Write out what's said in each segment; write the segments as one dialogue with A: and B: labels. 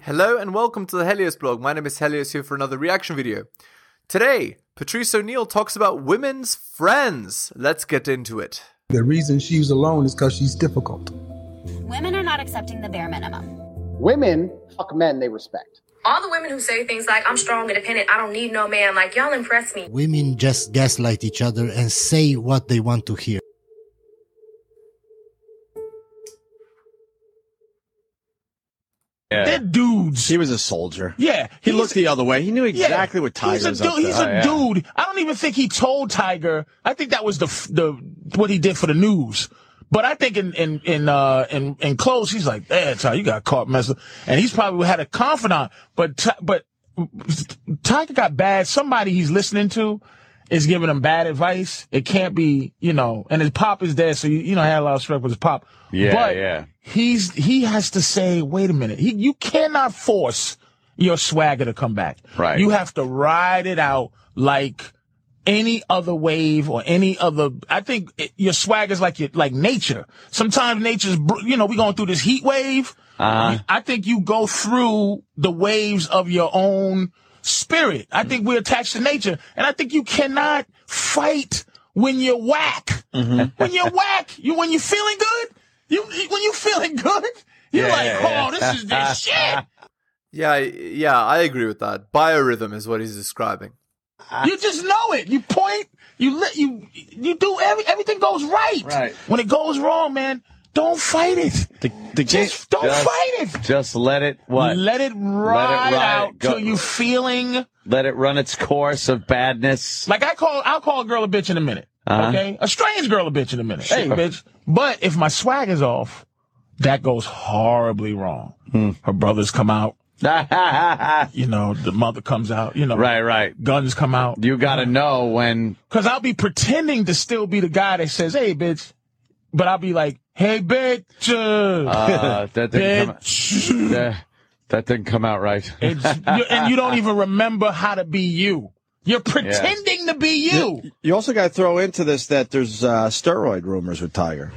A: Hello and welcome to the Helios blog. My name is Helios here for another reaction video. Today, Patrice O'Neill talks about women's friends. Let's get into it.
B: The reason she's alone is because she's difficult.
C: Women are not accepting the bare minimum.
D: Women fuck men they respect.
E: All the women who say things like, I'm strong, independent, I don't need no man, like, y'all impress me.
F: Women just gaslight each other and say what they want to hear.
G: That dude's.
H: He was a soldier.
G: Yeah,
H: He
G: he's-
H: looked the other way. He knew exactly what Tiger
G: He's
H: was
G: a, du-
H: up to.
G: he's a
H: Oh, yeah.
G: dude. I don't even think he told Tiger. I think that was the f- the what he did for the news. But I think in in in uh, in, in close, he's like, "Eh, Tiger, you got caught messing." And he's probably had a confidant. But Ti- but Tiger got bad. Somebody he's listening to is giving him bad advice. It can't be, you know. And his pop is dead, so you, you know, I had a lot of respect with his pop.
H: Yeah,
G: but
H: yeah.
G: He's he has to say, "Wait a minute, he, you cannot force." Your swagger to come back.
H: Right.
G: You have to ride it out like any other wave or any other. I think it, your swagger's like your, like nature. Sometimes nature's, br- you know, we going through this heat wave.
H: Uh-huh.
G: I think you go through the waves of your own spirit. I think we're attached to nature and I think you cannot fight when you're whack.
H: Mm-hmm.
G: when you're whack, you, when you're feeling good, you, when you feeling good, you're
H: Yeah,
G: like,
H: yeah, yeah.
G: oh, this is this shit.
A: Yeah, I- yeah, I agree with that. Biorhythm is what he's describing.
G: You just know it. You point. You let you you do every everything goes right.
H: Right.
G: When it goes wrong, man, don't fight it.
H: The, the
G: Just
H: game-
G: don't fight it.
H: Just let it what?
G: Let it ride
H: ride.
G: out
H: Go-
G: till you feeling
H: Let it run its course of badness.
G: like I call. I'll call a girl a bitch in a minute.
H: Uh-huh.
G: Okay, a strange girl a bitch in a minute. Hey,
H: Sure.
G: bitch. But if my swag is off, that goes horribly wrong.
H: Hmm.
G: Her brothers come out.
H: right,
G: You know, the mother comes out. You know,
H: right.
G: Guns come out.
H: You got to know when.
G: Cause I'll be pretending to still be the guy that says, "Hey, bitch," but I'll be like, "Hey, bitch, uh,
H: Uh, that didn't come.
G: bitch,"
H: That, that didn't come out right.
G: It's- you- and you don't even remember how to be you. You're pretending to be you.
I: You also got to throw into this that there's uh, steroid rumors with Tiger.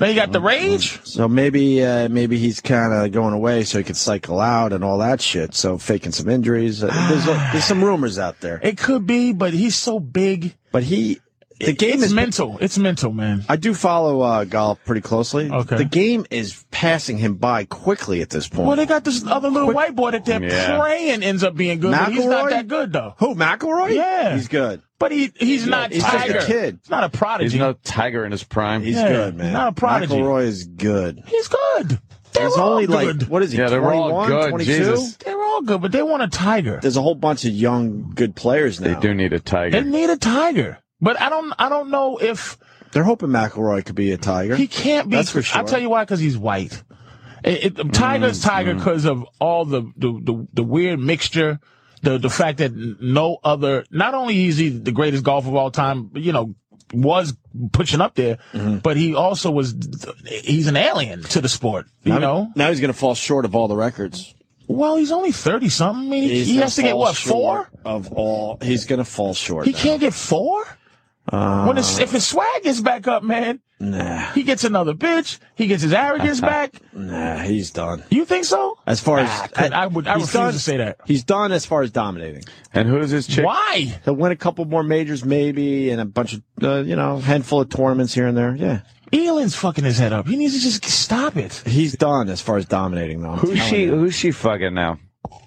G: Now you got the rage.
I: So maybe uh, maybe he's kind of going away so he could cycle out and all that shit. So faking some injuries. Uh, There's, there's some rumors out there.
G: It could be, but he's so big.
I: But he, the game
G: it's
I: is.
G: mental. It's mental, man.
I: I do follow uh, golf pretty closely.
G: Okay.
I: The game is passing him by quickly at this point.
G: Well, they got this other little white boy that they're
H: Yeah.
G: praying ends up being good, but he's not
I: McElroy?
G: that good though.
I: Who McElroy?
G: Yeah.
I: he's good.
G: But he he's not
I: He's just a
G: tiger.
I: kid.
G: He's not a
H: He's
G: prodigy.
H: no tiger in his prime.
I: He's
G: Yeah,
I: good, man.
G: not a prodigy.
I: McElroy is good.
G: he's good. They're
I: There's
G: all
I: only
G: good.
I: like what is he?
H: Yeah, they're all
I: 21,
H: good,
I: 22?
H: Jesus.
G: They're all good, but they want a tiger.
I: There's a whole bunch of young good players
H: they
I: now.
H: do need a
G: They
H: tiger.
G: need a tiger. But I don't I don't know if
I: They're hoping McElroy could be a Tiger.
G: he can't be
I: That's for sure.
G: I'll tell you why cuz he's white. It, it, Tiger's Tiger because of all the, the the the weird mixture, the the fact that no other not only is he the greatest golfer of all time, you know, was pushing up there, but he also was he's an alien to the sport, you
I: now,
G: know.
I: now he's going to fall short of all the records.
G: Well, he's only 30 something. I mean, he,
I: He's
G: he
I: gonna
G: has to get
I: fall
G: what,
I: short
G: 4?
I: of all. He's going to fall short.
G: He
I: now.
G: can't get 4? when his, if his swag gets back up, man,
I: Nah,
G: He gets another bitch. He gets his
I: Ah,
G: arrogance back.
I: nah, he's done.
G: You think so?
I: As far as
G: Nah, I couldn't- I would- I
I: he's
G: refuse
I: done-
G: to say that.
I: He's done as far as dominating.
H: And who's his chick?
G: Why?
I: He'll win a couple more majors, maybe, and a bunch of uh, you know handful of tournaments here and there. Yeah,
G: Elon's fucking his head up. He needs to just stop it.
I: he's done as far as dominating though. I'm
H: Who's
I: telling
H: she?
I: you.
H: Who's she fucking now?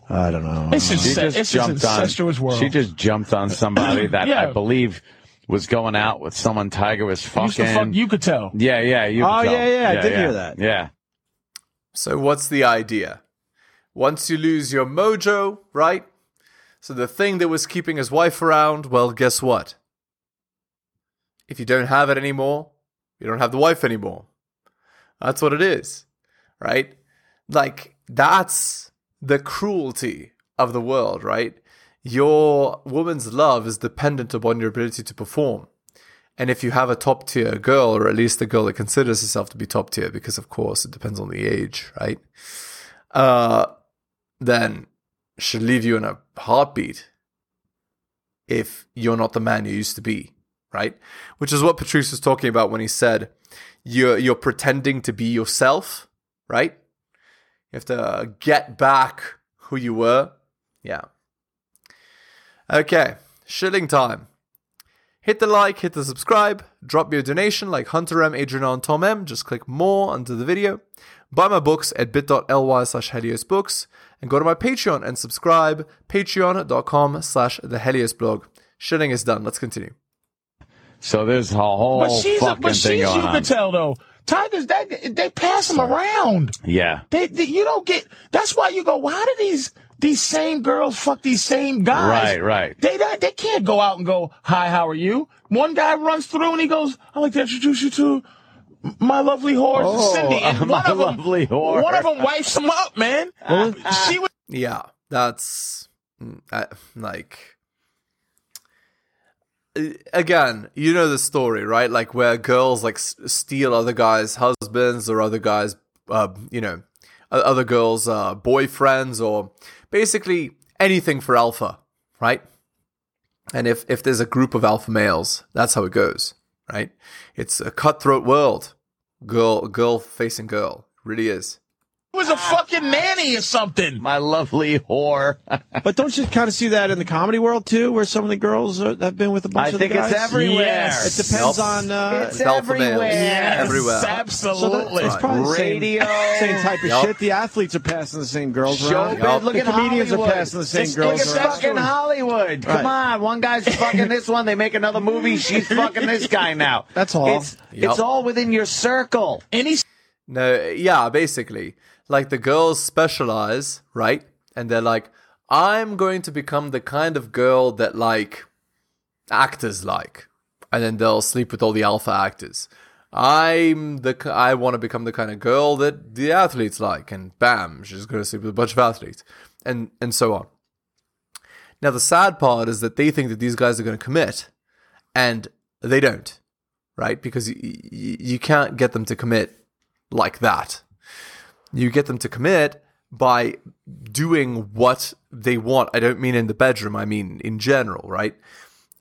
I: I don't know.
G: It's just,
H: She just
G: it's just
H: jumped
G: incestuous
H: on.
G: world.
H: She just jumped on somebody that
G: Yeah.
H: I believe was going out with someone Tiger was
G: used to
H: fucking.
G: fuck, you could tell.
H: yeah, yeah. You
I: Oh,
H: could tell.
I: yeah, yeah, I did hear that.
H: Yeah.
A: So, what's the idea? Once you lose your mojo, right? So, the thing that was keeping his wife around, well, guess what? If you don't have it anymore, you don't have the wife anymore. That's what it is, right? Like, that's the cruelty of the world, right? Your woman's love is dependent upon your ability to perform. And if you have a top tier girl, or at least a girl that considers herself to be top tier, because of course it depends on the age, right? Uh, then she'll leave you in a heartbeat if you're not the man you used to be, right? Which is what Patrice was talking about when he said you're you're pretending to be yourself, right? You have to get back who you were. Yeah. Okay, shilling time. Hit the like, hit the subscribe, drop me a donation like Hunter M, Adrian R, and Tom M. Just click more under the video. Buy my books at bit.ly slash heliosbooks and go to my Patreon and subscribe, patreon.com slash the Helios blog. Shilling is done. Let's continue.
H: So there's a whole
G: But she's a,
H: fucking
G: but
H: thing
G: she's you
H: going on.
G: can tell though. Tigers, they they pass them around.
H: yeah.
G: They, they you don't get. That's why you go. Why do these these same girls fuck these same guys?
H: Right, right.
G: They not, they can't go out and go. Hi, how are you? One guy runs through and he goes. I'd like to introduce you to my lovely whore
H: Oh,
G: Cindy. And
H: my
G: one of them,
H: lovely whore.
G: one of them wipes him up, man. Uh, she was
A: Yeah, that's mm, I, like Uh, again, you know the story, right? Like where girls like s- steal other guys' husbands or other guys, uh, you know, o- other girls' uh, boyfriends or basically anything for alpha, right? And if if there's a group of alpha males, that's how it goes, right? It's a cutthroat world, girl girl facing girl, really is.
G: was a fucking nanny or something.
H: My lovely whore.
I: But don't you kind of see that in the comedy world too, where some of the girls are, have been with a bunch
H: I
I: of
H: think
I: the
H: it's
I: guys?
H: everywhere.
I: It depends
A: Nope.
I: on. Uh,
D: It's
A: It's alpha males
D: everywhere. Yes,
A: everywhere.
I: so that-
G: Absolutely.
I: it's probably the same-
H: Radio.
I: Same, type of
A: Yup.
I: shit. The athletes are passing the same girls
H: Showbiz.
I: around.
A: Yup.
I: The
H: Look at
I: comedians
H: Hollywood.
I: are passing the same
H: Just
I: girls
H: Look at
I: around.
H: fucking Hollywood. Come
I: Right.
H: on. One guy's fucking this one. They make another movie. She's fucking this guy now.
I: That's all.
H: It's,
A: Yup.
H: it's all within your circle.
G: Any
A: No, yeah, basically. Like the girls specialize, right? And they're like, I'm going to become the kind of girl that like actors like. And then they'll sleep with all the alpha actors. I'm the ki- I want to become the kind of girl that the athletes like and bam, she's going to sleep with a bunch of athletes and and so on. Now the sad part is that they think that these guys are going to commit and they don't, right? Because y- y- you can't get them to commit like that. You get them to commit by doing what they want. I don't mean in the bedroom, I mean in general, right?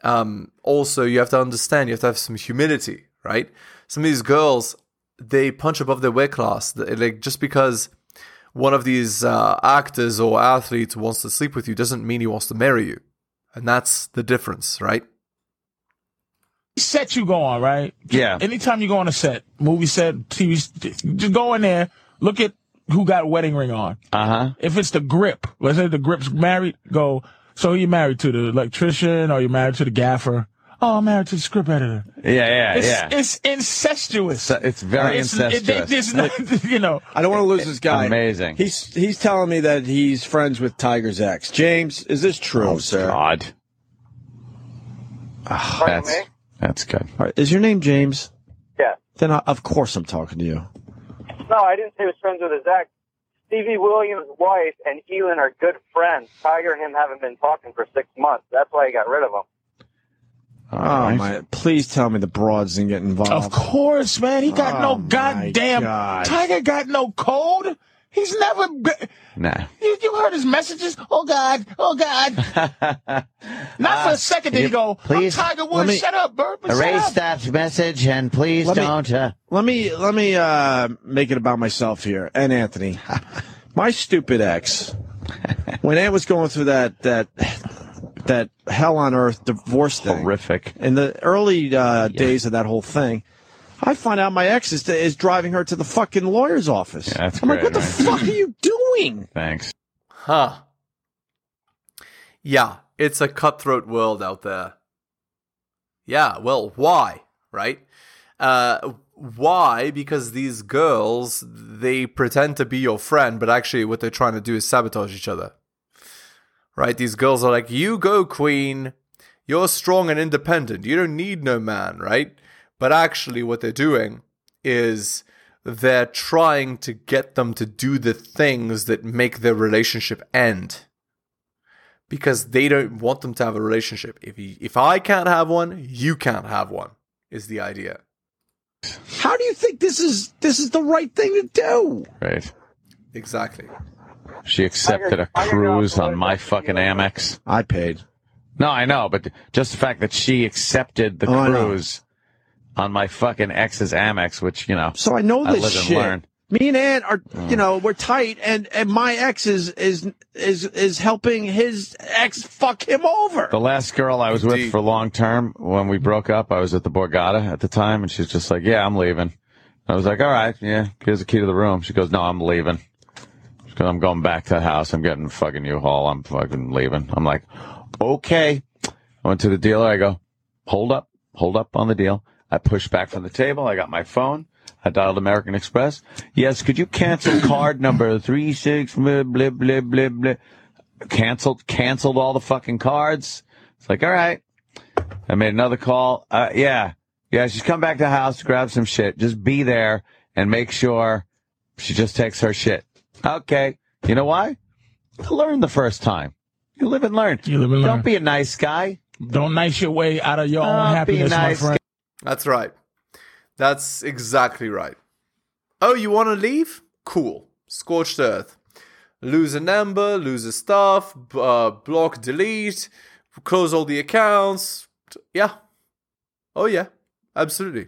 A: Um, also, you have to understand, you have to have some humility, right? Some of these girls, they punch above their weight class. They- Like, just because one of these uh, actors or athletes wants to sleep with you doesn't mean he wants to marry you. And that's the difference, right?
G: set you go on, right?
H: Yeah.
G: Anytime you go on a set, movie set, TV, just go in there, look at who got a wedding ring on.
H: Uh huh.
G: If it's the grip, let's say the grip's married, go, so you married to the electrician or you married to the gaffer. Oh, I'm married to the script editor.
H: Yeah, yeah,
G: It's,
H: yeah.
G: it's incestuous.
H: So it's very
G: It's- it-
H: incestuous.
G: they- there's no- you know,
I: I don't want to lose this guy.
H: Amazing.
I: He's he's telling me that he's friends with Tiger's ex. James, is this true,
H: oh,
I: sir?
H: God. Ah, that's, that's good.
I: All right, is your name James?
J: Yeah.
I: Then I, of course I'm talking to you.
J: No, I didn't say he was friends with his ex. Stevie Williams' wife and Elon are good friends. Tiger and him haven't been talking for six months. That's why he got rid of him.
H: All
I: Oh
H: right.
I: my! Please tell me the broads didn't get involved.
G: of course, man. He got
I: Oh,
G: no
I: my
G: goddamn,
I: God.
G: Tiger got no code. He's never, be-
H: Nah.
G: You, you heard his messages? Oh God! Oh God! Not for a second did he go.
H: please,
G: I'm Tiger Woods.
I: let me-
G: shut up, Bert. Shut
H: Erase
G: up.
H: that message and please
I: Let me-
H: don't. uh,
I: Let me let me uh, make it about myself here and Anthony. My stupid ex. When Ant was going through that that that hell on earth divorce thing,
H: horrific.
I: in the early uh, days of that whole thing, I find out my ex is, is driving her to the fucking lawyer's office.
H: Yeah, that's
I: I'm like,
H: great,
I: what the
H: right?
I: fuck are you doing?
H: Thanks.
A: Huh. Yeah, it's a cutthroat world out there. Yeah, well, why, right? Uh, why? Because these girls, they pretend to be your friend, but actually what they're trying to do is sabotage each other. Right? These girls are like, you go, queen. You're strong and independent. You don't need no man, right? But actually, what they're doing is they're trying to get them to do the things that make their relationship end because they don't want them to have a relationship. If you, if I can't have one, you can't have one. Is the idea?
I: How do you think this is this is the right thing to do?
H: Right.
A: Exactly.
H: She accepted a cruise on my fucking Amex.
I: I paid.
H: No, I know, but just the fact that she accepted the
I: Oh, I know.
H: cruise on my fucking ex's Amex, which, you know,
I: So I know
H: I
I: this
H: live and
I: shit.
H: learn.
I: me and Ann are,
K: Mm.
I: you know, we're tight, and and my ex is is is is helping his ex fuck him over.
K: The last girl I was
A: Indeed.
K: with for long term, when we broke up, I was at the Borgata at the time, and she's just like, "Yeah, I'm leaving." I was like, "All right, yeah, here's the key to the room." She goes, "No, I'm leaving." She goes, "I'm going back to the house. I'm getting fucking U-Haul. I'm fucking leaving." I'm like, "Okay." I went to the dealer. I go, "Hold up, hold up on the deal." I pushed back from the table. I got my phone. I dialed American Express. Yes, could you cancel card number three six blah blah blah blah blah? Canceled, canceled all the fucking cards. It's like, all right. I made another call. Uh, yeah. Yeah, she's come back to the house, grab some shit. Just be there and make sure she just takes her shit. Okay. You know why? Learn the first time. You live and learn.
G: You live and learn.
K: Don't be a nice guy.
G: Don't nice your way out of your own
K: Don't Ah, be
G: happiness,
K: nice,
G: my friend.
A: That's right. That's exactly right. Oh, you want to leave? Cool. Scorched earth. Lose a number, lose a staff, b- uh, block, delete, close all the accounts. T- Yeah. Oh, yeah. Absolutely.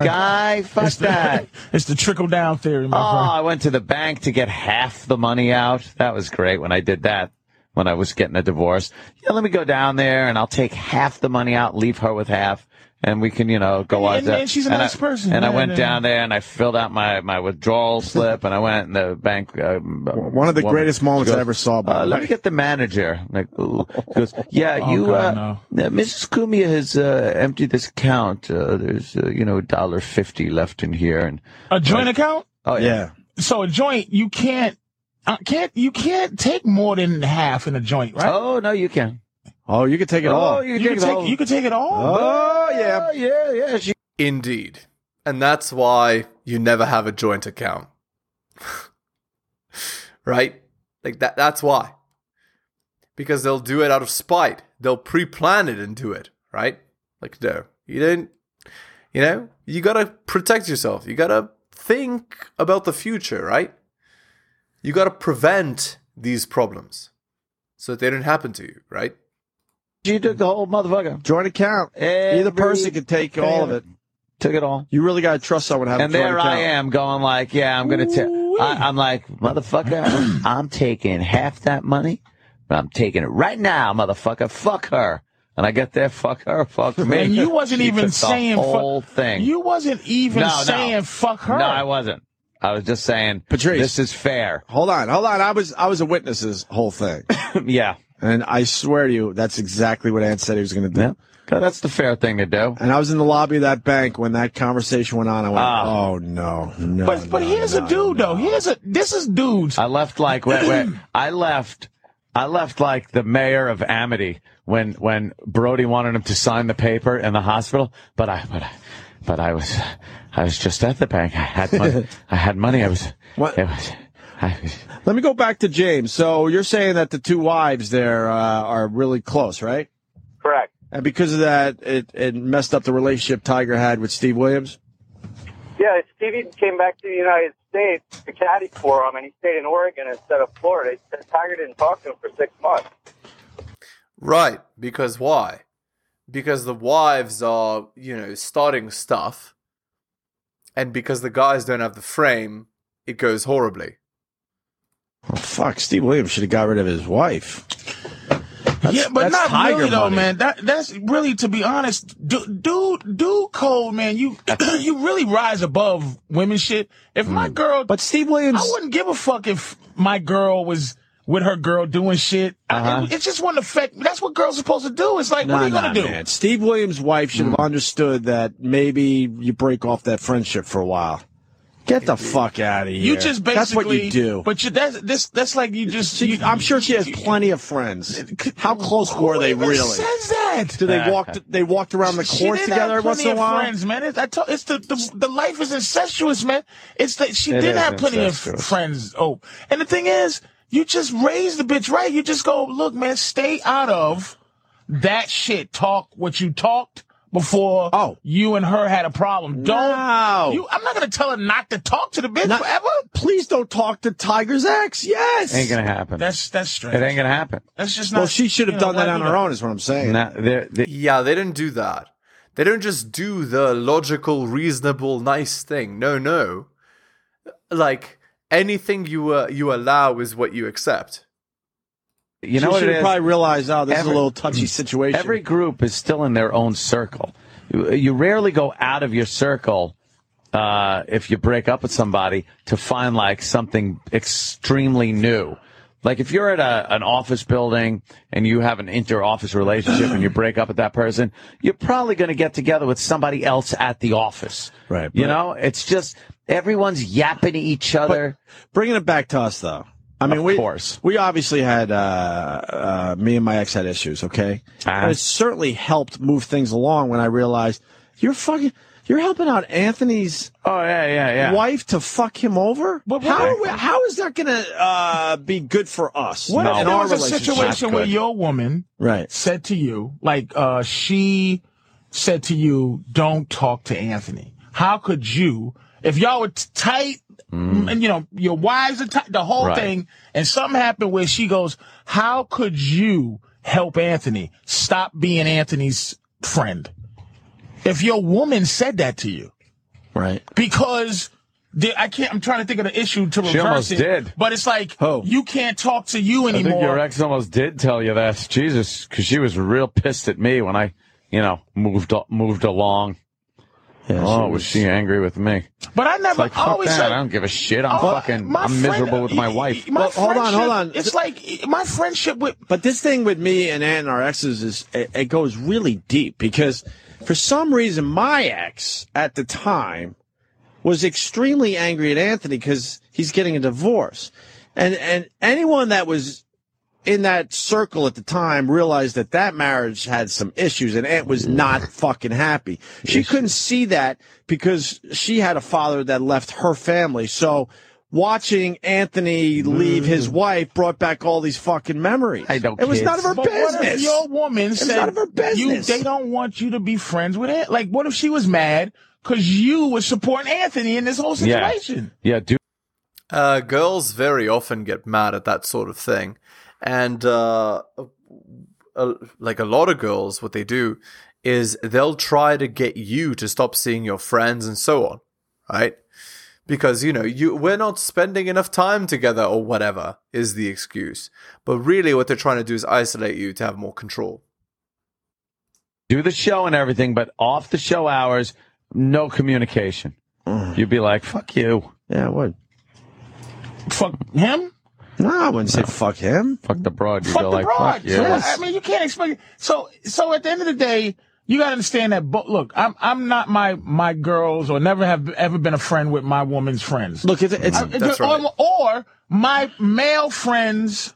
K: Guy, fuck
G: It's the-
K: that.
G: it's the trickle down theory, my
K: Oh,
G: friend.
K: I went to the bank to get half the money out. That was great when I did that, when I was getting a divorce. Yeah, let me go down there and I'll take half the money out, leave her with half, and we can, you know, go
G: And-
K: out
G: and-
K: there.
G: and she's a
K: I-
G: nice person,
K: And I
G: man,
K: went
G: and-
K: down there and I filled out my, my withdrawal slip and I went in the bank. Uh,
I: One of the greatest moments I ever saw, by
K: uh,
I: the
K: let
I: way.
K: me get the manager. I'm Like, ooh. He goes, yeah,
G: Oh,
K: you,
G: God,
K: uh, uh, Mrs. Kumia has uh, emptied this account. Uh, there's, uh, you know, a dollar fifty left in here, and
G: A joint account?
K: oh
I: Yeah.
G: So a joint, you can't, uh, can't, you can't take more than half in a joint, right?
K: Oh no, you can.
I: Oh, you could take it all.
K: you
G: you can take, you can take it all.
I: Oh yeah.
K: yeah, yeah. She
A: Indeed. And that's why you never have a joint account. right? Like that that's why. Because they'll do it out of spite. They'll pre-plan it and do it, right? Like no. You don't you know, you got to protect yourself. You got to think about the future, right? You got to prevent these problems so that they don't happen to you, right?
K: she took the whole motherfucker.
I: Joint account. Either
K: Every
I: person could take all of it.
K: Took it all.
I: You really gotta trust someone to have
K: And
I: a joint
K: there
I: account.
K: I am going like, yeah, I'm gonna take. I'm like, motherfucker, I'm taking half that money. but I'm taking it right now, motherfucker. Fuck her. And I get there, fuck her, fuck me.
G: And you wasn't
K: She
G: even
K: took
G: saying
K: the
G: fuck-
K: whole thing.
G: You wasn't even
K: No, no.
G: saying fuck her.
K: No, I wasn't. I was just saying,
I: Patrice.
K: this is fair.
I: Hold on, hold on. I was I was a witness to this whole thing.
K: yeah.
I: And I swear to you, that's exactly what Ant said he was gonna do.
K: Yeah. That's the fair thing to do.
I: And I was in the lobby of that bank when that conversation went on. I went,
K: Ah.
I: oh, no, no.
G: But but
I: no,
G: here's
I: no,
G: a dude
I: no." Uh,
G: though. Here's a this is dudes.
K: I left like wait, wait, I left I left like the mayor of Amity when when Brody wanted him to sign the paper in the hospital, but I but I, but I was I was just at the bank. I had money. I had money. I was
I: What-
K: It was, I was
I: Let me go back to James. So you're saying that the two wives there uh, are really close, right?
J: Correct.
I: And because of that, it, it messed up the relationship Tiger had with Steve Williams.
J: Yeah, Stevie came back to the United States to caddy for him, and he stayed in Oregon instead of Florida. He said Tiger didn't talk to him for six months.
A: Right, because why? Because the wives are, you know, starting stuff, and because the guys don't have the frame, it goes horribly.
I: Oh, fuck, Steve Williams should have got rid of his wife. That's-
G: yeah, but
I: that's
G: not
I: Tiger
G: really though,
I: money.
G: man. That that's really to be honest, du- dude, dude, cold man. You you really rise above women shit. If my
I: Mm.
G: girl,
I: But Steve Williams,
G: I wouldn't give a fuck if my girl was with her girl doing shit. I- it, it just wouldn't affect. That's what girls are supposed to do. It's like, what are you
I: Uh-huh. Nah,
G: gonna
I: nah,
G: do? Hmm.
I: man. Steve Williams' wife should have understood that maybe you break off that friendship for a while. Get the fuck out of here.
G: You just basically
I: That's what you do.
G: But you, that's this. That's like you just.
I: She,
G: you,
I: I'm sure she has plenty of friends. How close
G: Who
I: were they
G: even
I: really?
G: Says that.
I: Do they walked? They walked around the
G: She
I: court
G: did
I: together
G: have
I: once
G: plenty
I: in a
G: of
I: while.
G: friends, man. It's, I told, it's the, the the life is incestuous, man. It's that she
K: It
G: did
K: is
G: have plenty of
K: incestuous.
G: friends. Oh, and the thing is, you just raise the bitch right. You just go, look, man, stay out of that shit. Talk what you talked before.
I: Oh.
G: you and her had a problem.
I: No.
G: Don't. You, I'm not gonna tell her not to talk to the bitch
I: Not-
G: forever.
I: Please don't talk to Tiger's ex. Yes.
K: ain't gonna happen.
G: That's that's
K: it
G: strange.
K: ain't gonna happen.
G: that's just not.
I: well, she should have
G: you know,
I: done that
G: why
I: on
G: do
I: her own. Is what I'm saying.
K: Nah, they're- they-
A: Yeah, they don't do that. They don't just do the logical, reasonable, nice thing. No, no. like anything you uh, you allow is what you accept.
K: You
I: She
K: know what it
I: should
K: is?
I: probably realize, oh, this is a little touchy situation.
K: Every group is still in their own circle. You, you rarely go out of your circle uh, if you break up with somebody to find like something extremely new. Like if you're at a, an office building and you have an inter-office relationship and you break up with that person, you're probably going to get together with somebody else at the office.
I: Right,
K: You
I: but-
K: know, it's just everyone's yapping to each other.
I: Bringing it back to us, though. I mean,
K: Of
I: we
K: course.
I: we obviously had uh, uh, me and my ex had issues. Okay,
K: Ah.
I: and it certainly helped move things along when I realized you're fucking you're helping out Anthony's
K: oh yeah yeah yeah
I: wife to fuck him over. But
G: what-
I: how are we, how is that gonna uh, be good for us?
G: What
I: in
G: if there
I: our
G: was a
I: relationship?
G: situation where your woman
I: Right.
G: said to you, like uh, she said to you, "Don't talk to Anthony." How could you, if y'all were t- tight, and you know your wives are tight, the whole
K: Right.
G: thing, and something happened where she goes, "How could you help Anthony stop being Anthony's friend?" If your woman said that to you,
I: right?
G: because the, I can't. I'm trying to think of the issue to reverse
K: She almost
G: it.
K: did.
G: But it's like
I: Who?
G: you can't talk to you
K: I
G: anymore.
K: think your ex almost did tell you that, Jesus, because she was real pissed at me when I, you know, moved moved along.
I: Yeah,
K: oh, was she angry with me?
G: but I never
K: Like
G: I
K: fuck
G: always
K: that!
G: say,
K: I don't give a shit. I'm
G: oh,
K: fucking.
G: my
K: I'm
G: friend-
K: miserable with my
G: y-
K: wife.
G: y- my
I: Well, hold on, hold
G: friendship-
I: on.
G: It's like my friendship with
I: But this thing with me and Ann and our exes is it, it goes really deep because for some reason my ex at the time was extremely angry at Anthony because he's getting a divorce, and and anyone that was in that circle at the time realized that that marriage had some issues and Aunt was not fucking happy. She couldn't see that because she had a father that left her family. So watching Anthony leave his wife brought back all these fucking memories.
K: Mm. I don't
I: It was
K: kids.
I: none of her
G: but What if
I: business.
G: your woman
I: It's
G: said
I: none of her business.
G: You, they don't want you to be friends with it. Like, what if she was mad because you were supporting Anthony in this whole
K: yeah,
G: situation?
K: yeah, dude.
A: Uh, girls very often get mad at that sort of thing, and uh, a, like a lot of girls, what they do is they'll try to get you to stop seeing your friends and so on, right? Because you know you we're not spending enough time together or whatever is the excuse. But really, what they're trying to do is isolate you to have more control.
K: do the show and everything, but off the show hours, no communication.
G: Mm.
K: You'd be like, fuck you,
I: yeah, what?
G: Fuck him.
I: No, I wouldn't say fuck him.
K: fuck the broad. You
G: fuck
K: go
G: the
K: like,
G: broad.
K: fuck you.
G: So, I mean, you can't expect. So, so at the end of the day, you got to understand that. But look, I'm I'm not my my girls, or never have ever been a friend with my woman's friends.
I: Look, it's, it's
A: That's
G: or,
A: right.
G: or my male friends'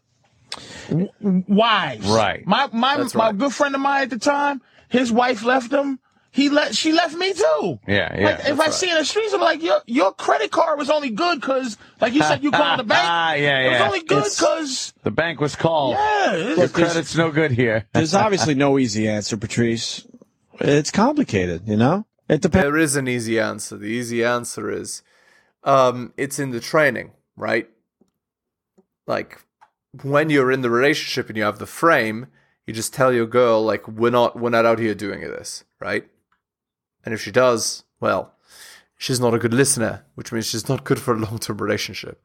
G: w- wives.
K: Right.
G: My my
A: That's
G: my
A: right.
G: good friend of mine at the time, his wife left him. He let she left me too.
K: Yeah, yeah,
G: Like, if
K: that's
G: I see in the streets, I'm like, your your credit card was only good because, like you said, you called the bank.
K: Ah, yeah,
G: It was
K: yeah.
G: only good
I: It's-
G: because,
K: the bank was called.
G: yeah. it's-
K: Your credit's no good here.
I: there's obviously no easy answer, Patrice. It's complicated, you know. It depends.
A: There is an easy answer. The easy answer is um, it's in the training, right? Like when you're in the relationship and you have the frame, you just tell your girl like we're not we're not out here doing this, right? And if she does, well, she's not a good listener, which means she's not good for a long-term relationship.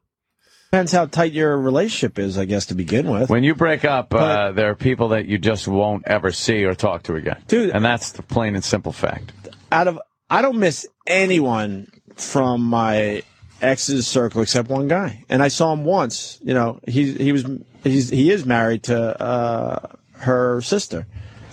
I: Depends how tight your relationship is, I guess, to begin with.
K: When you break up, uh, there are people that you just won't ever see or talk to again.
I: Dude.
K: And that's the plain and simple fact.
I: Out of I don't miss anyone from my ex's circle except one guy, and I saw him once. You know, he he was he's he is married to uh, her sister,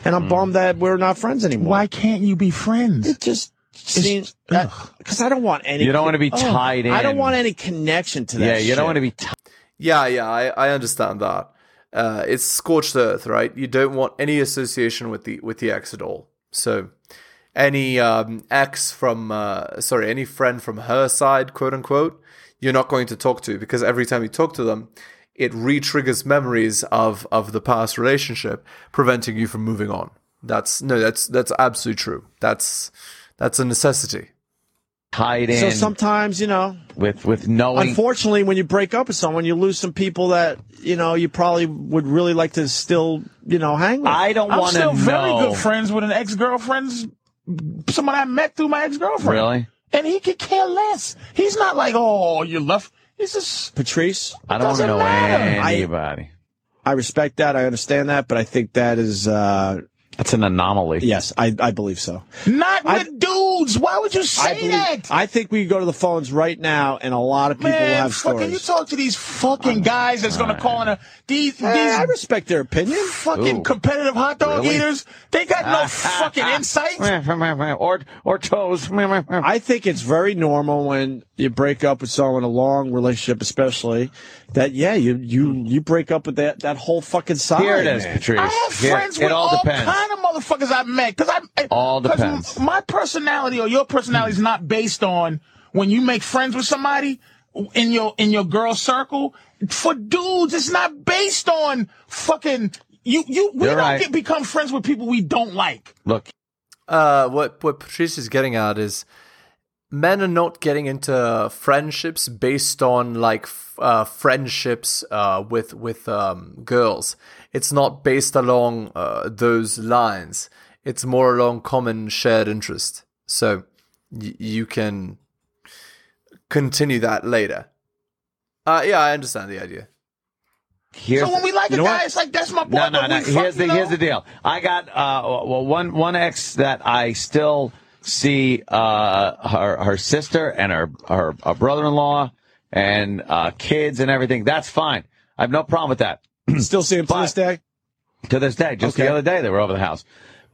I: and
K: Hmm.
I: I'm bummed that we're not friends anymore.
G: Why can't you be friends?
I: It just seems because I don't want any. Oh,
K: You don't want to be tied in.
I: I don't want any connection to that.
K: Yeah, you
I: shit.
K: don't want to be tied.
A: Yeah, yeah, I, I understand that. Uh, it's scorched earth, right? You don't want any association with the with the ex at all. So, any um, ex from uh, sorry, any friend from her side, quote unquote, you're not going to talk to because every time you talk to them, it re-triggers memories of of the past relationship, preventing you from moving on. That's no, that's that's absolutely true. That's that's a necessity.
K: tied in
I: So sometimes, you know,
K: with, with knowing.
I: Unfortunately, when you break up with someone, you lose some people that you know you probably would really like to still you know hang with.
K: I don't
G: I'm
K: want to
G: still
K: know.
G: very good friends with an ex girlfriend's someone I met through my ex girlfriend.
K: Really?
G: and he could care less. He's not like, oh, you left. He's just
I: Patrice,
K: I don't want to
G: Doesn't
K: know
G: matter.
K: anybody.
I: I respect that. I understand that, but I think that is, uh,
K: That's an anomaly.
I: yes, I, I believe so.
G: not
I: I-
G: with dudes. Why would you
I: I,
G: say
I: believe,
G: that?
I: I think we go to the phones right now, and a lot of people will
G: Man,
I: have
G: fucking, you
I: stories.
G: talk to these fucking guys that's gonna call in a these
I: Eh, I
G: these
I: respect their opinion.
G: fucking
K: Ooh.
G: competitive hot dog
K: Really?
G: eaters. They got no fucking insight.
K: or or toes.
I: I think it's very normal when you break up with someone, a long relationship especially, that yeah, you you you break up with that that whole fucking side.
K: Here it is,
I: man.
K: Patrice.
G: I have
K: Here-
G: friends
K: it
G: with
K: all
G: all,
K: depends.
G: kind of motherfuckers I met because I eh,
K: All
G: 'cause
K: depends.
G: m- My personality or your personality is not based on when you make friends with somebody in your in your girl circle. For dudes, it's not based on fucking you. You we
K: You're
G: don't
K: right.
G: get become friends with people we don't like.
K: Look,
A: Uh, what what Patrice is getting at is men are not getting into friendships based on like f- uh, friendships uh, with with um, girls. It's not based along uh, those lines. It's more along common shared interest. So y- you can continue that later. Uh, yeah, I understand the idea.
K: here's
G: so when we like a
K: you know
G: guy,
K: what?
G: it's like that's my boy.
K: No, no,
G: but
K: no.
G: we fuck,
K: Here's the
G: you know?
K: here's the deal. I got uh well one one ex that I still see uh her her sister and her her, her brother in law and uh kids and everything. That's fine. I have no problem with that.
I: Still see him to this day.
K: To this day, just the
I: Okay.
K: other day they were over the house.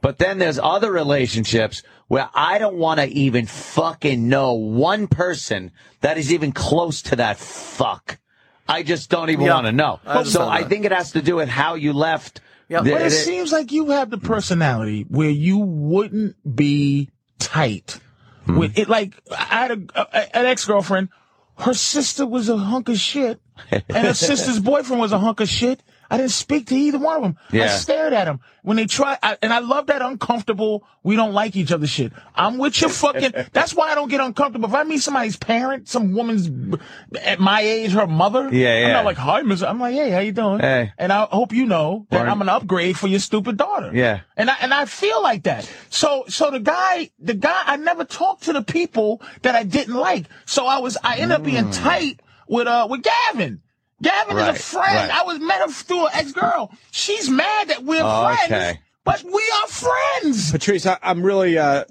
K: But then there's other relationships where I don't want to even fucking know one person that is even close to that fuck. I just don't even
A: Yeah.
K: want to know.
A: I
K: so
A: understand
K: I
A: that.
K: think it has to do with how you left.
A: Yeah.
K: The-
A: But
G: But it
K: the-
G: seems like you have the personality where you wouldn't be tight
K: Hmm.
G: with it. Like I had a, a- an ex girlfriend. Her sister was a hunk of shit, and her sister's boyfriend was a hunk of shit. I didn't speak to either one of them. I
K: Yeah.
G: stared at them when they tried, I, and I love that uncomfortable. We don't like each other shit. I'm with your fucking. That's why I don't get uncomfortable. If I meet somebody's parent, some woman's at my age, her mother.
K: Yeah, yeah.
G: I'm not like hi, miss. I'm like hey, how you doing?
K: Hey.
G: And I hope you know that
K: Learn-
G: I'm an upgrade for your stupid daughter.
K: Yeah.
G: And I and I feel like that. So so the guy the guy I never talked to the people that I didn't like. So I was I ended up being tight with uh with Gavin. Gavin
K: Hmm. Right,
G: is a friend.
K: right.
G: I was met her through an ex girl. She's mad that we're
K: Oh,
G: friends,
K: okay.
G: but we are friends.
I: Patrice, I, I'm really uh,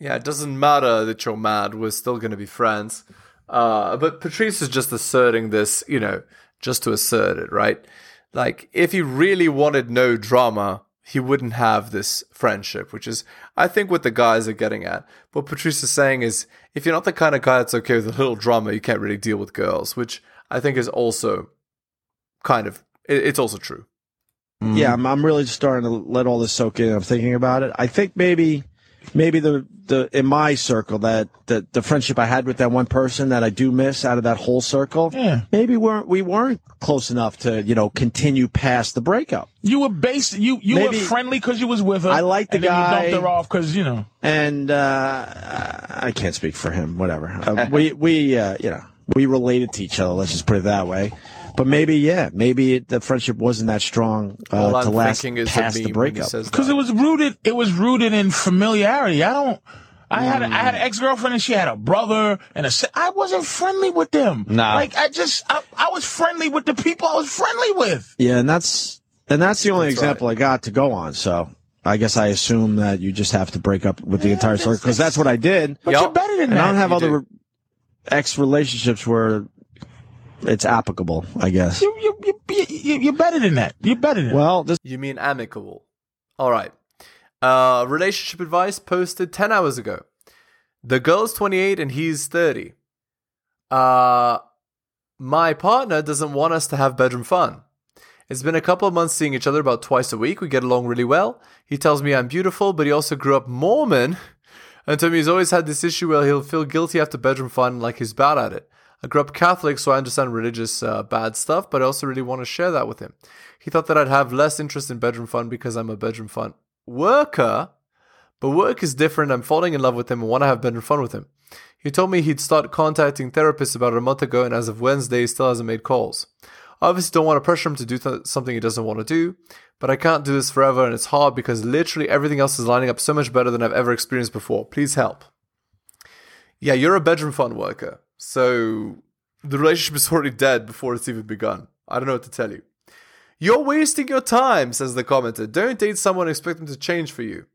A: Yeah, it doesn't matter that you're mad. We're still going to be friends. Uh, but Patrice is just asserting this, you know, just to assert it, right? Like, if he really wanted no drama, he wouldn't have this friendship, which is, I think, what the guys are getting at. What Patrice is saying is, if you're not the kind of guy that's okay with a little drama, you can't really deal with girls, which I think is also kind of, it- it's also true.
I: yeah, I'm, I'm really starting to let all this soak in. I'm thinking about it. I think maybe, maybe the the in my circle that the, the friendship I had with that one person that I do miss out of that whole circle.
G: Yeah.
I: Maybe weren't we weren't close enough to you know continue past the breakup.
G: You were based you you
I: Maybe-
G: were friendly because you was with her.
I: I like the
G: and then
I: guy.
G: You dumped her off because you know.
I: And uh, I can't speak for him. Whatever. Uh, we we uh, you know we related to each other. Let's just put it that way. But maybe yeah, maybe it, the friendship wasn't that strong uh,
A: All
I: to
A: I'm
I: last
A: thinking is
I: past
A: a meme
I: the
A: when he
I: breakup.
A: says
G: Because
A: that.
G: it was rooted, it was rooted in familiarity. I don't. I had a, I had an ex girlfriend and she had a brother and a. si- I wasn't friendly with them.
K: Nah.
G: Like I just I, I was friendly with the people I was friendly with.
I: Yeah, and that's and that's the only example I got to go on. So I guess I assume that you just have to break up with the entire circle because that's what I did.
G: But
A: Yup.
G: you're better than
I: And
G: that.
I: I don't have
A: you
I: other
A: do.
I: re- ex relationships where it's applicable. I guess.
G: you, you, you, you, you- you're better than that. You're better than
I: Well, this
A: You mean amicable. All right. Uh, relationship advice posted 10 hours ago. The girl's 28 and he's 30. Uh, my partner doesn't want us to have bedroom fun. It's been a couple of months seeing each other about twice a week. We get along really well. He tells me I'm beautiful, but he also grew up Mormon and told me he's always had this issue where he'll feel guilty after bedroom fun, like he's bad at it. I grew up Catholic, so I understand religious uh, bad stuff, but I also really want to share that with him. He thought that I'd have less interest in bedroom fun because I'm a bedroom fun worker, but work is different. I'm falling in love with him and want to have bedroom fun with him. He told me he'd start contacting therapists about a month ago, and as of Wednesday, he still hasn't made calls. I obviously don't want to pressure him to do th- something he doesn't want to do, but I can't do this forever, and it's hard because literally everything else is lining up so much better than I've ever experienced before. Please help. Yeah, you're a bedroom fund worker. So the relationship is already dead before it's even begun. I don't know what to tell you. You're wasting your time, says the commenter. Don't date someone and expect them to change for you.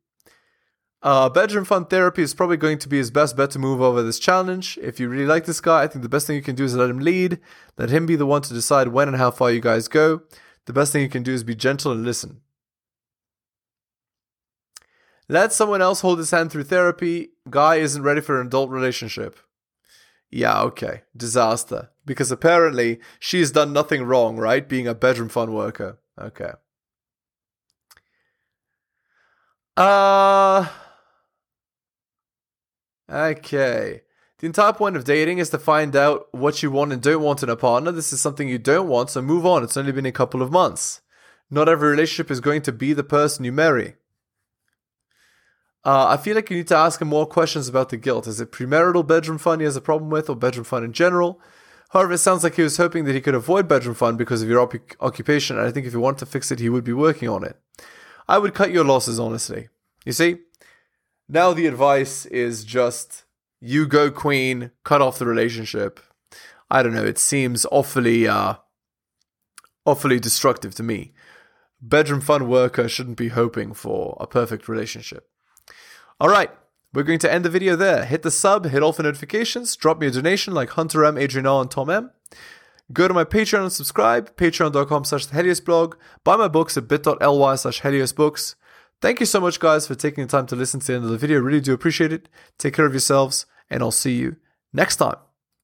A: Uh, bedroom fund therapy is probably going to be his best bet to move over this challenge. If you really like this guy, I think the best thing you can do is let him lead, let him be the one to decide when and how far you guys go. The best thing you can do is be gentle and listen. Let someone else hold his hand through therapy. Guy isn't ready for an adult relationship. Yeah, okay. Disaster. Because apparently she's done nothing wrong, right? Being a bedroom fund worker. Okay. Uh. Okay. The entire point of dating is to find out what you want and don't want in a partner. This is something you don't want, so move on. It's only been a couple of months. Not every relationship is going to be the person you marry. Uh, I feel like you need to ask him more questions about the guilt. Is it premarital bedroom fun he has a problem with, or bedroom fun in general? However, it sounds like he was hoping that he could avoid bedroom fun because of your op- occupation, and I think if he wanted to fix it, he would be working on it. I would cut your losses, honestly. You see? Now the advice is just you go queen, cut off the relationship. I don't know, it seems awfully uh awfully destructive to me. Bedroom fun worker shouldn't be hoping for a perfect relationship. All right, we're going to end the video there. Hit the sub, hit all for notifications, drop me a donation like Hunter M, Adrian R, and Tom M. Go to my Patreon and subscribe, patreon.com slash the Helios blog. Buy my books at bit.ly slash Helios books. Thank you so much, guys, for taking the time to listen to the end of the video. Really do appreciate it. Take care of yourselves, and I'll see you next time.